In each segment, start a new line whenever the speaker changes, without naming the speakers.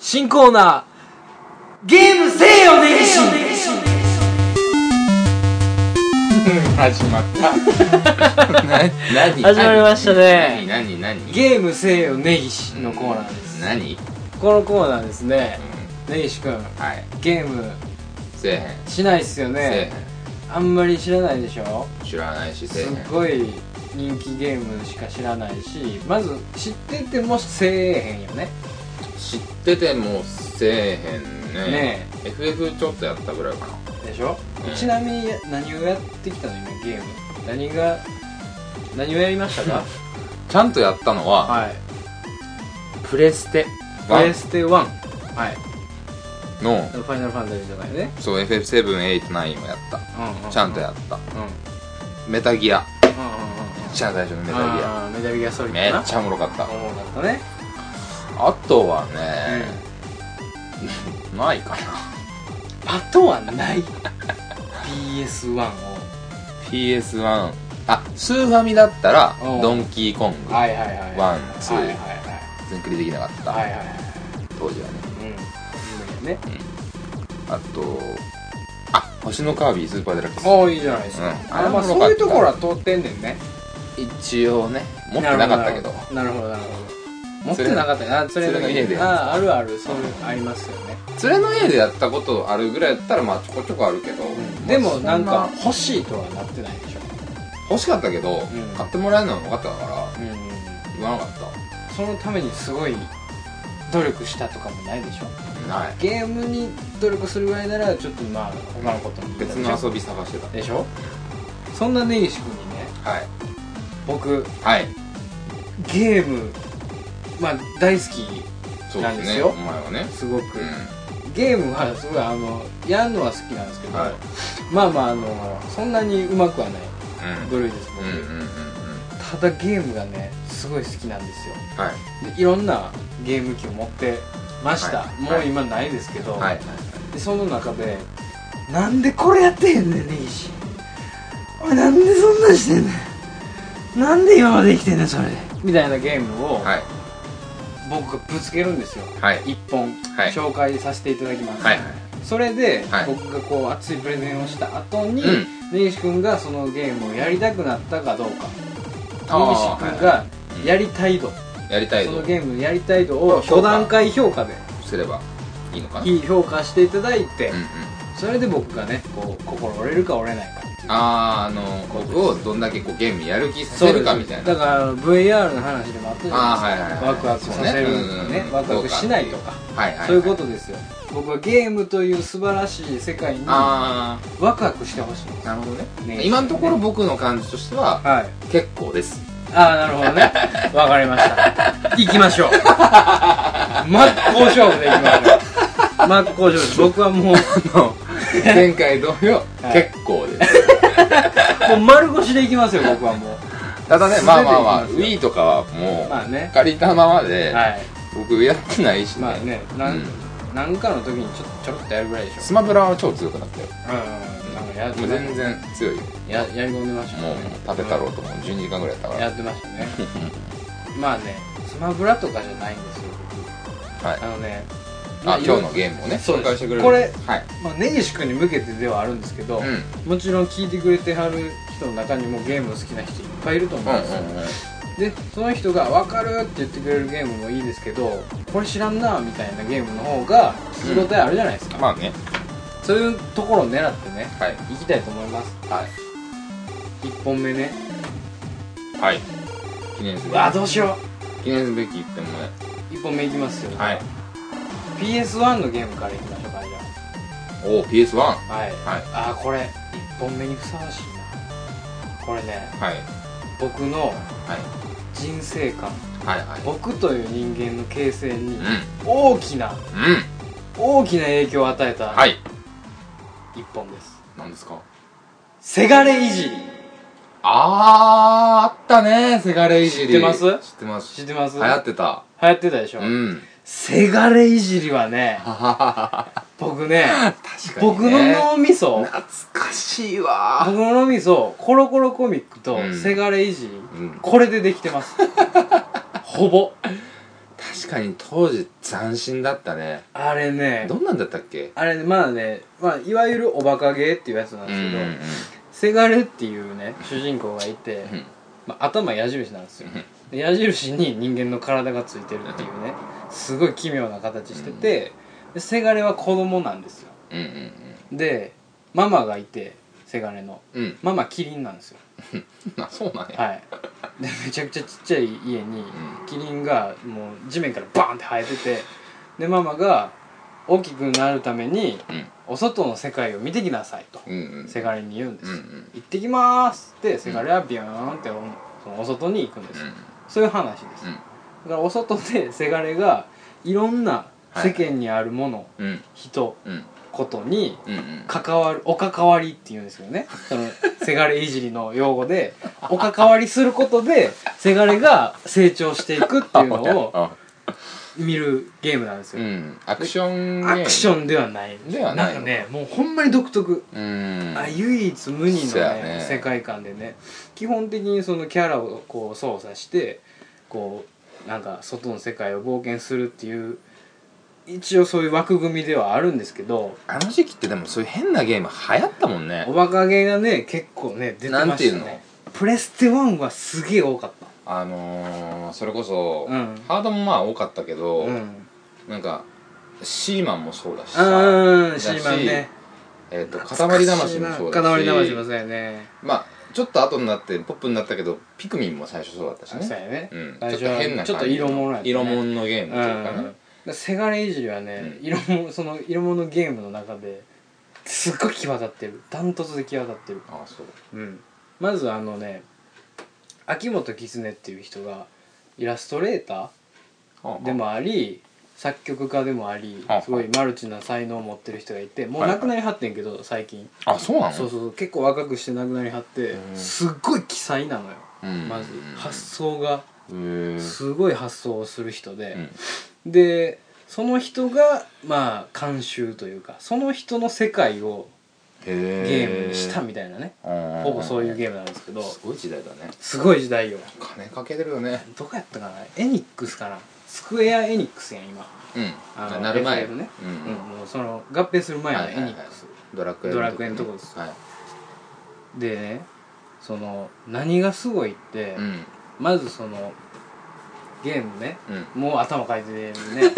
新コーナー、ゲームせいよねぎし
始まった。な何
始まりましたね
何何何
ゲームせいよねぎしのコーナーです。
何、うん、
このコーナーですね、ねぎしくん、
はい。
ゲーム
せえへん。
しないっすよ
せ
ね。あんまり知らないでしょ
えへん。知らないし、せえへ
す
ん。
っごい人気ゲームしか知らないし、まず知っててもせえへんよね。
知っててもせえへんね。
ね
FF ちょっとやったぐらいかな。
でしょ、
うん
ちなみに何をやってきたの今ゲーム。何が、何をやりましたか
ちゃんとやったのは、
はい。
プレステ
プレステ1。はい。
の、
ファイナルファンタジーとかよね。
そう、FF7、8、9をやった。
うん
ちゃんとやった。
うんうんうん
メタギア。
うんうん
一番最初のメタギア。
あーメタルギアソリ
め
ッドな
っちゃおもろかった。
おもろかったね
あとはね、ないかな。
あとはない PS1 を
PS1。あ、スーファミだったら、
うん
ドンキーコング。
はいはいはい
ワンツー
はいはい
全クリできなかった。
はいはいはいはい
当時はね。
うんね
あと、あ、星のカービィスーパーデラックス。
おーいいじゃないですか、
う
あ
ん
れまあ
あれも
そ
良か
うい
った
うところは通ってんねんね
一応ね、持ってなかったけど。
なるほどなるほど持っ
それ
てなかったよあそれ
それの家で
あーあるあるそういうのありますよね、
連れの家でやったことあるぐらいだったら、まあちょこちょこあるけど。まあ
でもなん
そ
か欲しいとはなってないでしょ
欲しかったけど、
ん
買ってもらえるのは分かったから、
うん
言わなかっ
そのためにすごい努力したとかもないでしょ
た。ない。
ゲームに努力するぐらいならちょっとまあ他のことも
別の遊び探して
でしょそんな根岸君にね
た。はい。
僕
はい。
ゲームまあ大好き
そう
なんで
ですすね。
よ
お前はね。
すごく、
う
ゲームはすごいあのやるのは好きなんですけど、
はい
まあまああのそんなにうまくはない
ん。
部類です僕、
うん。うんうんうんうん。
ただゲームがねすごい好きなんですよ
はい。
でいろんなゲーム機を持ってました、
はい
もう今ないですけど、
はい。
でその中でなんでこれやってへんねん根岸お前なんでそんなんしてんねんなんで今まで生きてんねんそれみたいなゲームを
はい。
僕がぶつけるんですよ、
はい
一本
はい
紹介させていただきます、
はい。
それで、
はい
僕がこう熱いプレゼンをした後に、
うん
根岸君がそのゲームをやりたくなったかどうか
あ
根岸
ー
君が
い
やりたい度、
やりたい
そ
と
のゲームのやりたい度を5段階評価です
ればいいのかな。
いい評価していただいて、
うんうん。
それで僕がねこう心折れるか折れないかっていう
あー、あの、僕をどんだけこうゲームやる気させるかみたいな。
だから VR の話でもあったじ
あー、
ゃ
はいは
ない
い
です
はい。
かワクワクさせる
そう
ね
うんうん
ワクワクしないとか
はいはい。
そういうことですよ僕はゲームという素晴らしい世界にワ
あ
クワクしてほしいんで
ー、なるほどね。
ね
今のところ僕の感じとしては
す、はい
結構です。
ああなるほど ねわかりました行きま しょう真っ向勝負でいきましょう真っ向勝負です僕はもうも
前回同様、
はい
結構です。
う丸腰でいきますよ僕はもう
た だね、まあまあまあ、
素手で
Wii とかはも
まあね
う、借りたままで、
はい
僕やってないし
まあ
ね。
ねなん、
うん
なんかの時にちょちょろっとやるぐらいでしょ
スマブラは超強くなったよ。
うんうんうんなんかや
もう全然強いよ。
ややり込んでました
もう、食べ太郎ともう12時間ぐらいやったか
うん
ら。
やってましたねまあねスマブラとかじゃないんですよ
はい
僕。あのねま
あ、今日
いろ
のゲームをね、
そう
紹
です
介してくれる。
これ
はい。
まあ根岸君に向けてではあるんですけど、
うん。うん
もちろん聞いてくれてはる人の中にもゲーム好きな人いっぱいいると思うんですよ、
うんうん。
でその人が「分かる!」って言ってくれるゲームもいいですけどこれ知らんなみたいなゲームの方が聞き応えあるじゃないですか、
まあね。
そういうところを狙ってね
はい。
いきたいと思います
はい。
1本目ね
はい。記念すべ
う
き。
わどうしよ
記念すべきってもね。
う1本目いきますよ、
はい。
PS1 のゲームからいきましょうかじゃ
おー、PS1。は
あはい、
はい
ああこれ1本目にふさわしいなこれね
い。はい。
僕の
はい
人生観
はい。
僕という人間の形成に
うん。
大きな
うん。
大きな影響を与えた
はい。
1本です、
何ですか
せがれいじり
あー、あったね、せがれいじり。
知ってます
知ってま
知
す。
ってます
流行ってた。
流行ってたでしょ、
うん。
せがれいじりはね僕ね
確かに、
僕
ね。
の脳みそ
懐かしいわ
僕の脳みそコロコロコミックと
うん
せがれいじり、
うん。
これでできてますほぼ
確確かに当時斬新だったね
あれね
どんなんだったっけ
あれねまあね、まあ、いわゆるおバカゲーっていうやつなん
うん
で
う
すけど、
ん
せがれっていうね主人公がいて、
うん
まあ、頭矢印なんですよで矢印に人間の体がついてるっていうねすごい奇妙な形してて、でせがれは子供なんですよ
うんうん
でママがいてせがれの
うんうん
ママキリンなんですよ
あそうなんや、
はいでめちゃくちゃちっちゃい家にキリンがもう地面からバーンって生えててでママが大きくなるために
うん
お外の世界を見てきなさいと
うんうん
せがれに言うんですよ、
うんうん
行ってきますってせがれはビューンっておそのお外に行くんですよ、そういう話です、
うん
だからお外で せがれがいろんな世間にあるもの、
うんうん
人
うん
ことに
うんうん
関わるお関わりって言うんですけどねそ のせがれいじりの用語でお関わりすることでせがれが成長していくっていうのを
あ
見るゲームなんです
う
よ、
んアクションゲーム
アクションではない
ではない
んかねもうほんまに独特、
うん
あ唯一無二の
そうや
ね
ね
世界観でね基本的にそのキャラをこう操作してこうなんか外の世界を冒険するっていう一応そういう枠組みではあるんですけど
あの時期ってでもそういう変なゲーム流行ったもんね
おバカげがね結構ね出てましたね
なんていうの
プレステ1はすげえ多かっ
あのー、それこそ、
うん
ハードもまあ多かったけ
た
ど、
うん
なんかシーマンもそうだし
あ
さ、
ーシーマンね
えー、と塊魂もそうだし
塊魂もそうやね
まあちょっと後になってポップになったけどピクミンも最初そうだったし
そうやね
ねうん、ち
最
ょっ
初
と
は
変な感じ
ちょっと色物やったね
色物のゲームというか
う
ね、
んせがれいじりはね、色もその色物ゲームの中ですっごい際立ってるダントツで際立ってる、
ああそう
うん、まずあのね秋元狐っていう人がイラストレータ
ああ
ーでもあり作曲家でもあり
あ
すごいマルチな才能を持ってる人がいてもう亡くなりはってんけど最近
あそうなの
そうそうそう結構若くして亡くなりはって
うん
すっごい奇才なのよ
うん
まず発想が
へえ
すごい発想をする人で、
うん
でその人がまあ監修というかその人の世界をゲームにしたみたいなね、ほぼそういう
ー
ゲームなんですけど
ムすごい時代だね
すごい時代よ
金かけてるよね
どこやったかなエニックスかなスクエア・エニックスやん今あ
う
の
んなる前
FF ね
うん
うん、もうその合併する前の
は
エ
いはいはい
ニックス、
ドラクエ
ドラクエのとこです
はい
でねその何がすごいって、
うん
まずそのゲームね
うん
もう頭かいてる ね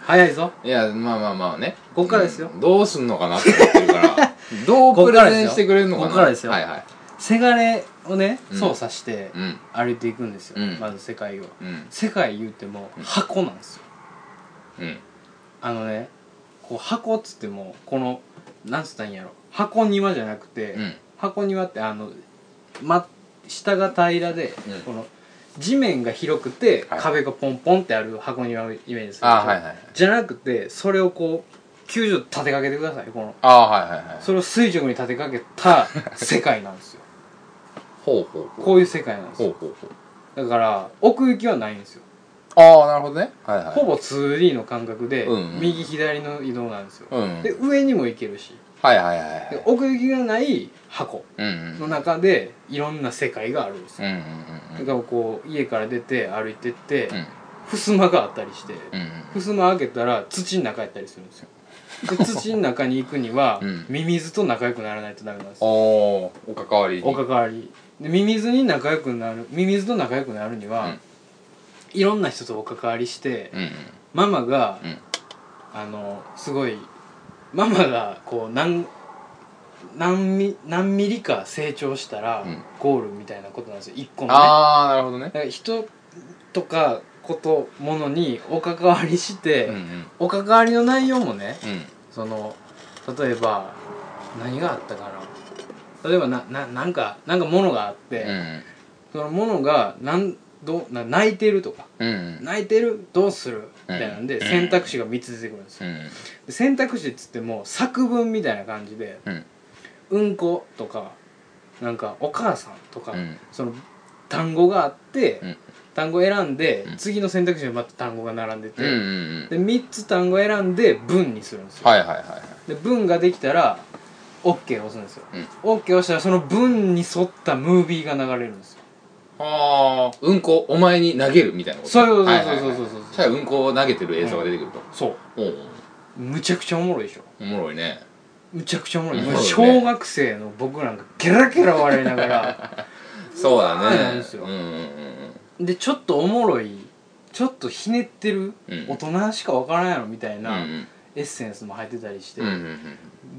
早いぞ
いやまあまあまあね
ここからですよ
うんどうすんのかなって思ってるから どうプレゼンしてくれるのかな
ここからですよ
はいはい
せがれをね
うん
操作して
うん
歩いていくんですよ、
うん
まず世界を
うん
世界言うても
うん
箱なんですよ
うん
あのねこう箱っつってもこのなんつったんやろ箱庭じゃなくて、
うん
箱庭ってあの、ま、下が平らで、
うん
この地面が広くて、
はい
壁がポンポンってある箱庭をイメージする
あーはいはいはい
じゃなくてそれをこう90度立てかけてくださいこの
あーはいはいはい
それを垂直に立てかけた世界なんですよ
ほうほ うほう
こういう世界なんです
ほう
よ
ほうほう
だから奥行きはないんですよ
ああなるほどねはいはい
ほぼ 2D の感覚で、
うんうん
右左の移動なんですよ、
うん
で上にも行けるし
はいはいはいは
で
い
奥行きがない箱
うんう
の
ん
中でいろんな世界があるんです
うん
よ、
う
だ
ん
からこう家から出て歩いてって、
うん
襖があったりして、
うん
襖開けたら土の中やったりするんですよ で土の中に行くには、
うん
ミミズと仲良くならないとダメなんですよ
おーお関わりに
お関わりでミミズに仲良くなるミミズと仲良くなるには、
うん
いろんな人とお関わりして、
うんうん
ママが、
うん
あのすごいママがこう何何ミ何ミリか成長したら、
うん
ゴールみたいなことなんですよ一個のね
ああなるほどね
だから人とかことものにお関わりして、
うんうん
お関わりの内容もね
うん
その例えば何があったかな例えばなななんかなんか物があって、
うん
その物がなんどうな泣いてるとか
うん
泣いてるどうするみたいなんで、
うん
選択肢が3つ出てくるんですよ、
うん
で選択肢っつっても作文みたいな感じで
うん
「うんこ」とか「なんかお母さん」とか、
うん
その単語があって、
うん
単語選んで、
うん
次の選択肢にまた単語が並んでて、
うんうんう
で3つ単語選んで文にするんです
ん
よ、
はいはいはいはい
で文ができたら OK を押すんですよ、
うん
OK を押したらその文に沿ったムービーが流れるんですよああ
うんこお前に投げるみたいなこと
そういうこと
はいはいはい
そうそうそうそうそう
したらうんこを投げてる映像が出てくると、
そう
おう
むちゃくちゃおもろいでしょ
おもろいね
むちゃくちゃおもろい、
うん
もう小学生の僕なんかゲラゲラ笑いなが ら
そうだね
なんですよ
うんうんうん
でちょっとおもろいちょっとひねってる、
うん
大人しかわからんやろみたいな、
うんうん
エッセンスも入ってたりして、
うんうんうん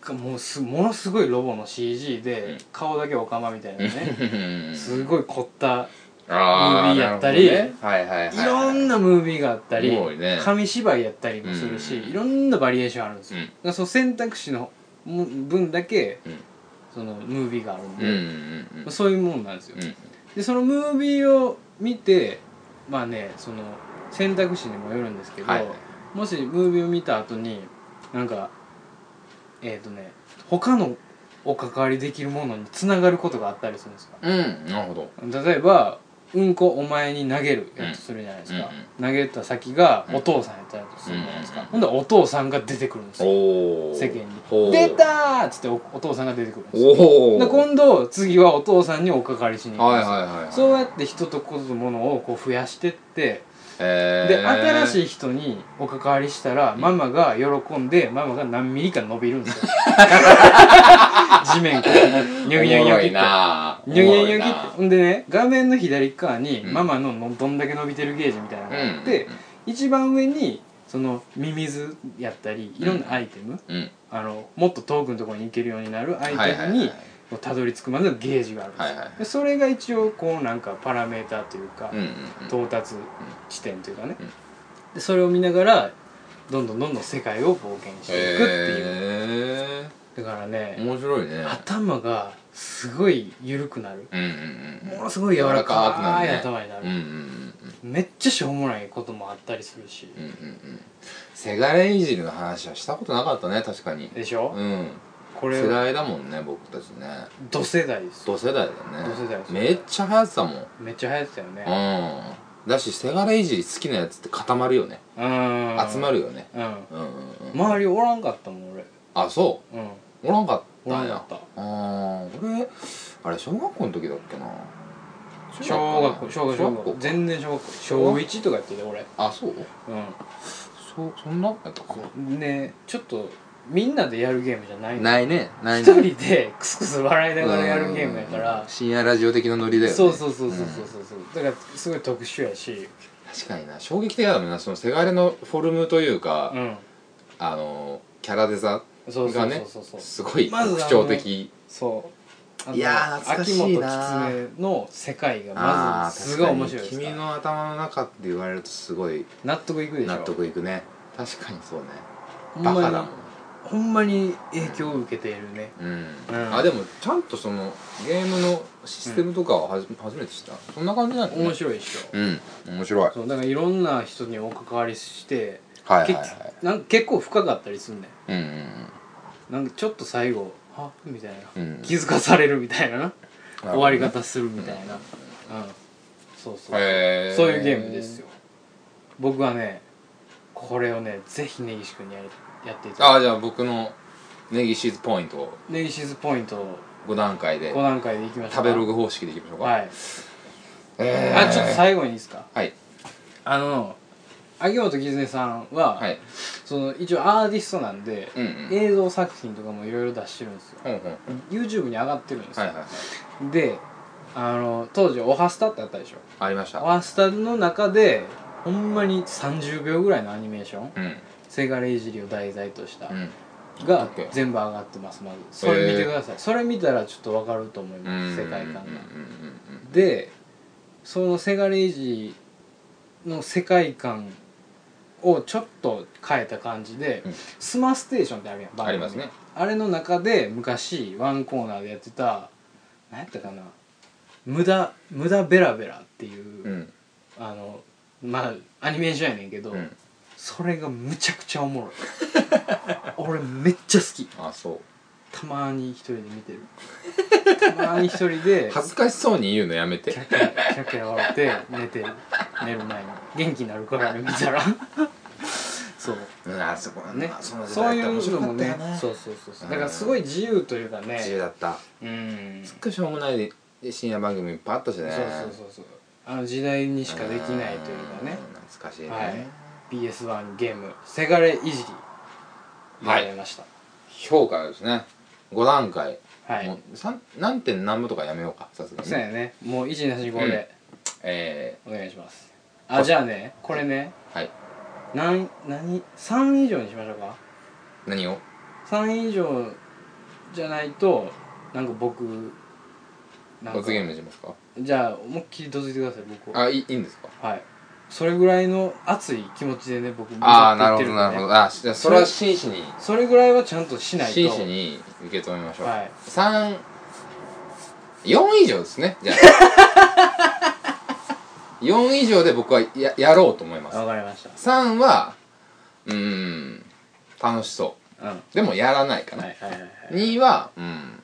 がもうすものすごいロボの CG で、
うん
顔だけオカマみたいなね
うん
すごい凝ったム
あ
ービーやったり
なるほどねはいはいはい
いろんなムービーがあったり
おもろいね
紙芝居やったりもするし、
うん
いろんなバリエーションあるんですよ、
うん
だからその選択肢のむ分だけ、
うん
そのムービーがあるん
う
で、
んうんうん
まあそういうもんなんですよ、
うん
でそのムービーを見てまあねその選択肢にもよるんですけど、
はい
もしムービーを見た後になんかえっ、ー、とね他のお関わりできるものにつながることがあったりするんですよ
うんなるほど
例えば「うんこお前に投げる」やとするじゃないですか、投げた先がお父さんやったりとするじゃないですか、
うん
ほんだらお父さんが出てくるんですよ
おお
世間
ほ
に「
う
出たー!」っつっておお父さんが出てくるんですよ
おお
で今度次はお父さんにお関わりしに行くん
はい
で
は
すよ
いは
そうや
いはい
って人とことものをこう増やしてって
へー
で新しい人にお関わりしたらママが喜んでママが何ミリか伸びるん ですよ地面からニョキニョキニョキ
おもろい
って
な
ニョキニョキニョキって
おもろいな
ほんでね画面の左側に
うん
ママののどんだけ伸びてるゲージみたいなのがあっ
う
て
ん
一番上にそのミミズやったりいろんなアイテム
うん
あのもっと遠くのところに行けるようになるア
はい
イ
は
テ
い
ム
はい
にこうたどり着くまでのゲージがあるんですよ
はいはいはい
でそれが一応こうなんかパラメーターというか
うんうんうん
到達地点というかね、
うん
でそれを見ながらどんどんどんどん世界を冒険していくっていう、
へ
だから
え
ね、
面白いね
頭がすごい緩くなる
うんうん
ものすごい柔ら
柔らかくな
か
る
い
ね
頭になる、
うんうんうん
めっちゃしょうもないこともあったりするし、
うんうんうんうんせがれいじりの話はしたことなかったね確かに
でしょ、
うん
これ
世代だもんね僕たちね
同世代ですよ
同世代だね
同世代です
めっちゃ流行ってたもん
めっちゃ流行ってたよね
うんだしせがれいじり好きなやつって固まるよね
うん
集まるよね
うん
うんうんうん
周りおらんかったもん俺
あそ
うん
うおらんかっ
お
た
らん
ん
かっ
や
た
あー俺あれ小学校の時だっけな
小学校小学校小学校
か
全然小学校小1とかやってて俺
あそう
うん
そそんなやったか
ねちょっとみんなでやるゲームじゃない
ないねない
一
ね
人でクスクス笑いながらやるゲームやから
うん深夜ラジオ的なノリだよね
そうそうそうそうそうそうそうだからすごい特殊やし
確かにな衝撃的だもんなそのせがれのフォルムというか、
うん
あのキャラデザ
そうそう
が
そ
ね
うそうそう
すごい
まずあの
特徴的、
そうあの
いやー懐かし
秋
いな
元狐の世界がま
ー
ずすごい面白いで
確
す
か
から
に君の頭の中って言われるとすごい
納得いくでしょ
納得いくね確かにそうね
ほん
バ
まに
カだもん
ほんまに影響を受けているね
うん、
うん
あでもちゃんとそのゲームのシステムとかははじ、初めて知ったそんな感じなんだね
面白いでしょ
うん面白い
そうだからいろんな人にお関わりして
はいはい
結
はい
なんか結構深かったりすんねん
うん
なんかちょっと最後「はみたいな、
うんうん
気づかされるみたいなな終わり
が
方するみたいな、うんそうそう、
へー
そういうゲームですよ僕はねこれをねぜひ根岸君にやりやっていただ
ああじゃあ僕のネギシーズポイントを
き根岸ズポイントを
5段階で
5段階でいきましょう
食べログ方式でいきましょうか
はい、
えー
あちょっと最後にいいですか
はい
あの秋元絆さんは、
はい
その一応アーティストなんで、
うんうん
映像作品とかもいろいろ出してるんですよ
ほんほん
YouTube に上がってるんですよ、
はいはいはい
であの当時「オハスタ」ってあったでしょ
ありまし
オ
た
ハスタの中でほんまに30秒ぐらいのアニメーション
うん
せがれいじりを題材とした、
うん
が
OK
全部上がってますまずそれ見てください、それ見たらちょっとわかると思います世界観が
うんうん
でそのせがれいじりの世界観をちょっと変えた感じで、
うん
スマステーションってあるやん
うんありますね
あれの中で昔ワンコーナーでやってた何やったかな「無駄無駄ベラベラ」っていう、
うん
あのまあアニメーションやねんけど、
うん
それがむちゃくちゃおもろい 俺めっちゃ好き
あそう
たまに一人で見てるたまに一人 で
恥ずかしそうに言うのやめて
キャキャキャキャ笑って寝てる寝る前に元気になるからね見たら そう
うんあそこは
ね
その時
そう
代
い
って面
う
白
の
か
も
ったよ
ねそうそうそうそうだからすごい自由というかね
自由だった
うん
すっごいしょうもないで深夜番組パッとしてね
そうそうそうそうあの時代にしかできないというかね
ん懐かしいね、
はい PS1 ゲーム「せがれいじり」やられました
評価ですね5段階、
はい、
もう三何点何分とかやめようかさすがに
そうやねもう175で
え
お願いします、あじゃあねこれね
ー、はい
なん何3以上にしましょうか
何を
3以上じゃないとなんか僕なんか
罰ゲームにしますか
じゃあ思いっきりどついてください僕を
あいいいいんですか
はいそれぐらいの熱い気持ちでね僕
ああ
向か
な
って
る
いって
ほど
んで
なるほどあじゃあそれは真摯に
それぐらいはちゃんとしないと
真摯に受け止めましょう、
はい
三4以上ですねじゃ あ4以上で僕はややろうと思います
わかりまし
3はうーん楽しそ
たうんは
うでもやらない
い
かな、
はいはいはい
2はうん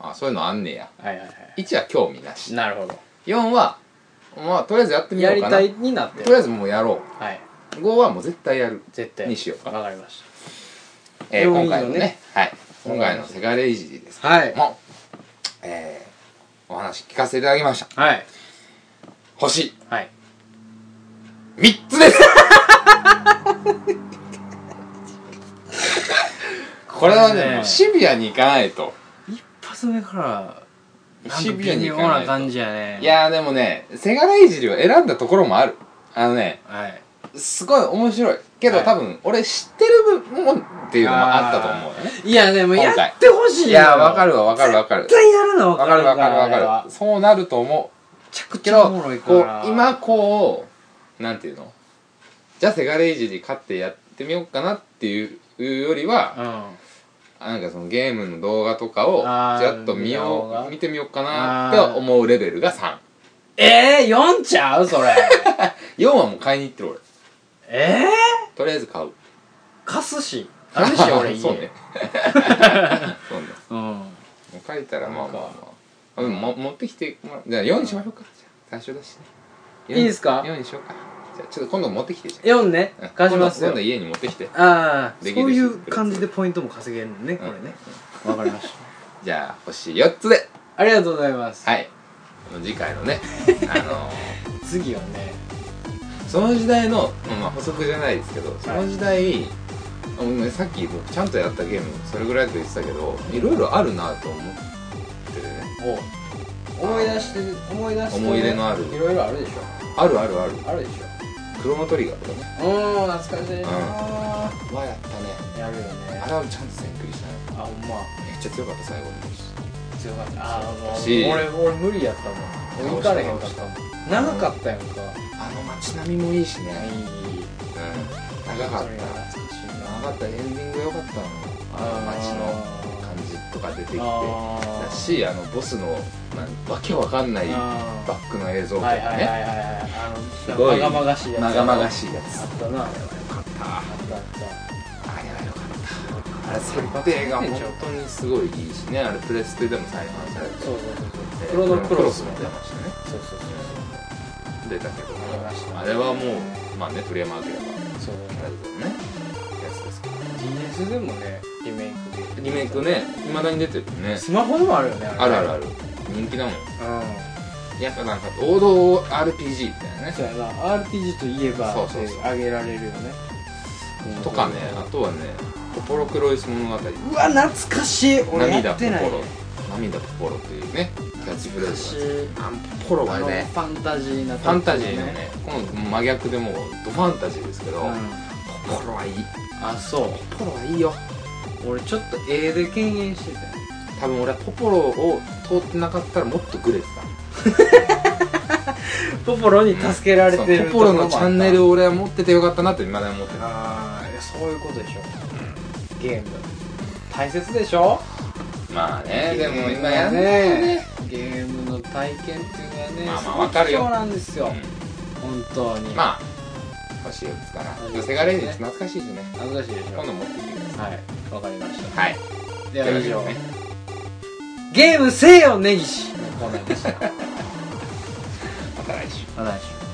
あそういうのあんねや
はいはいはい
1は興味なし
なるほど
4はまあとりあえずやってみよ
や
う
り
かな
たいになって
とりあ
る
えずもうやろ
はいう
5はもう絶対やる、
絶対
にしようか
わかりまし
えー
4
今回のね
以上ね
はい今回の「せがれいじり」です
たはい
も、えー、お話聞かせていただきました。
はい
星
はい
3つです これはね、
ね
シビアに行かないと。
一発目からなんか
シビア
微
に
妙
行か
な
ない
感
と。
じやね
いやーでもね、せがれいじりを選んだところもある。あのね、
はい
すごい面白い。けど、
はい
多分、俺知ってる部分っていうのもあったと思うよね。
いやでもや
今回
ってほしい
い
のよ
やーわかるわわかるわかる
絶。対やるの
わ
わ
か
か
る
る
わかるわ
あれ
か
は
る。そうなると思う。
めちゃくち
け
ゃお
ど
もろいか
こ
ら
う今こうなんていうのじゃあセガレイジに勝ってやってみようかなっていうより
う
は、
ん
なんかそのゲームの動画とかをち
あー
らっと見
見た方
よ
が
う見てみようかなって思うレベルが34
えー、4ちゃうそれ
はもう買いに行ってる 俺
え
とりあえず買う
ー、貸すしあるし俺家
そうねそうね
うん
もう書いたらま
な
あまあ
ん
まああでもも持ってきてもらうじゃあ4にしましょうかじゃあ最初だしね
いいですか
?4 にしようかじゃあちょっと今度持ってきてじゃ
4ね
あうん
貸します
今
よ
度今度家に持ってきて
ああそう
できるし
いう感じでポイントも稼げるのねこれね わかりました
じゃあ星4つで
ありがとうございます
はい次回のね あの
次はね
その時代の、まあまあ、補足じゃないですけどその時代、あもうねさっき僕ちゃんとやったゲームそれぐらいと言ってたけどいろいろあるなと思ってね
お思い出して思い出して
思い入れのある
いろいろあるでし
あるあるある
ょあるでし
クロノトリガーとかね
ょうん懐かしいな
わやったね
やるよね
あれはちゃんと先クリしたね
あほんま
めっちゃ強かった最後に
強かったあーも
し
う俺俺無理やったもん俺行かれへんかったもん長かったやんか
あの街並みもいいしね
い
うん長かった
懐かしい
長かったエンディング良かったのあの街の感じとか出てきて
あー
だしあのボスのなんわけわかんないバ
あ
ックの映像
ー
とか
は
ね、
いはいはいはいはいあのす
ごい
まがまがしいやつ
まがまがしいやつ
あったなあっ
よかったあ
たあった
れはよかったあれ設定が本当にすごいいいしねあれプレステでも再販されて
そうそうそうそう
え
クロノクロス
ク
も
も
ね
出ましたね
そうそうそ
出たけど
出ました
あれはもうまあね鳥山明が
うそう
あれだよねやつですけど
DS でもねリメイクで
リメイクね未だに出てるね
スマホでもあるよね
あるある
あ
ある人気だもん
う
やっぱなんか王道 RPG みたいなね
んそうやな RPG といえば
そうそうそう
あげられるよね
とかねあとはね「ポポロクロイス物語」
うわ懐かしい俺や
涙
っ
ポ
てない
ポロ涙ポポロというねキャッチフレーズがあんポポ
あ
ロ
のフ
がね
ァンタジーな
ファンタジーのねこの真逆でもうドファンタジーですけど、
うん
ポポロはいい
あそ
ポポロはいいよ
う俺ちょっと絵で敬遠してたよ
多分俺はポポロを通ってなかったらもっとグレて
ポポロに助けら
た
れて
そ
る
のポポロの
とこ
チ
ろもあった
ャンネルを俺は持っててよかったなって未だに思ってる
ああそういうことでしょゲーム大切でしょ
まあねでも今
ゲ
や
ー
ん
ム
な
はいねゲームの体験っていうのはね
まあまあわかるよ
そうなんですよ
う
本当に
んまあ星4つかな寄せがれる懐かしいしね
恥ずかしいでしょ
今度持ってきてくださ
はいわかりました
いはい
では以上
というわけでね
ゲームせよ根岸のコーナーでした
また来週
また来週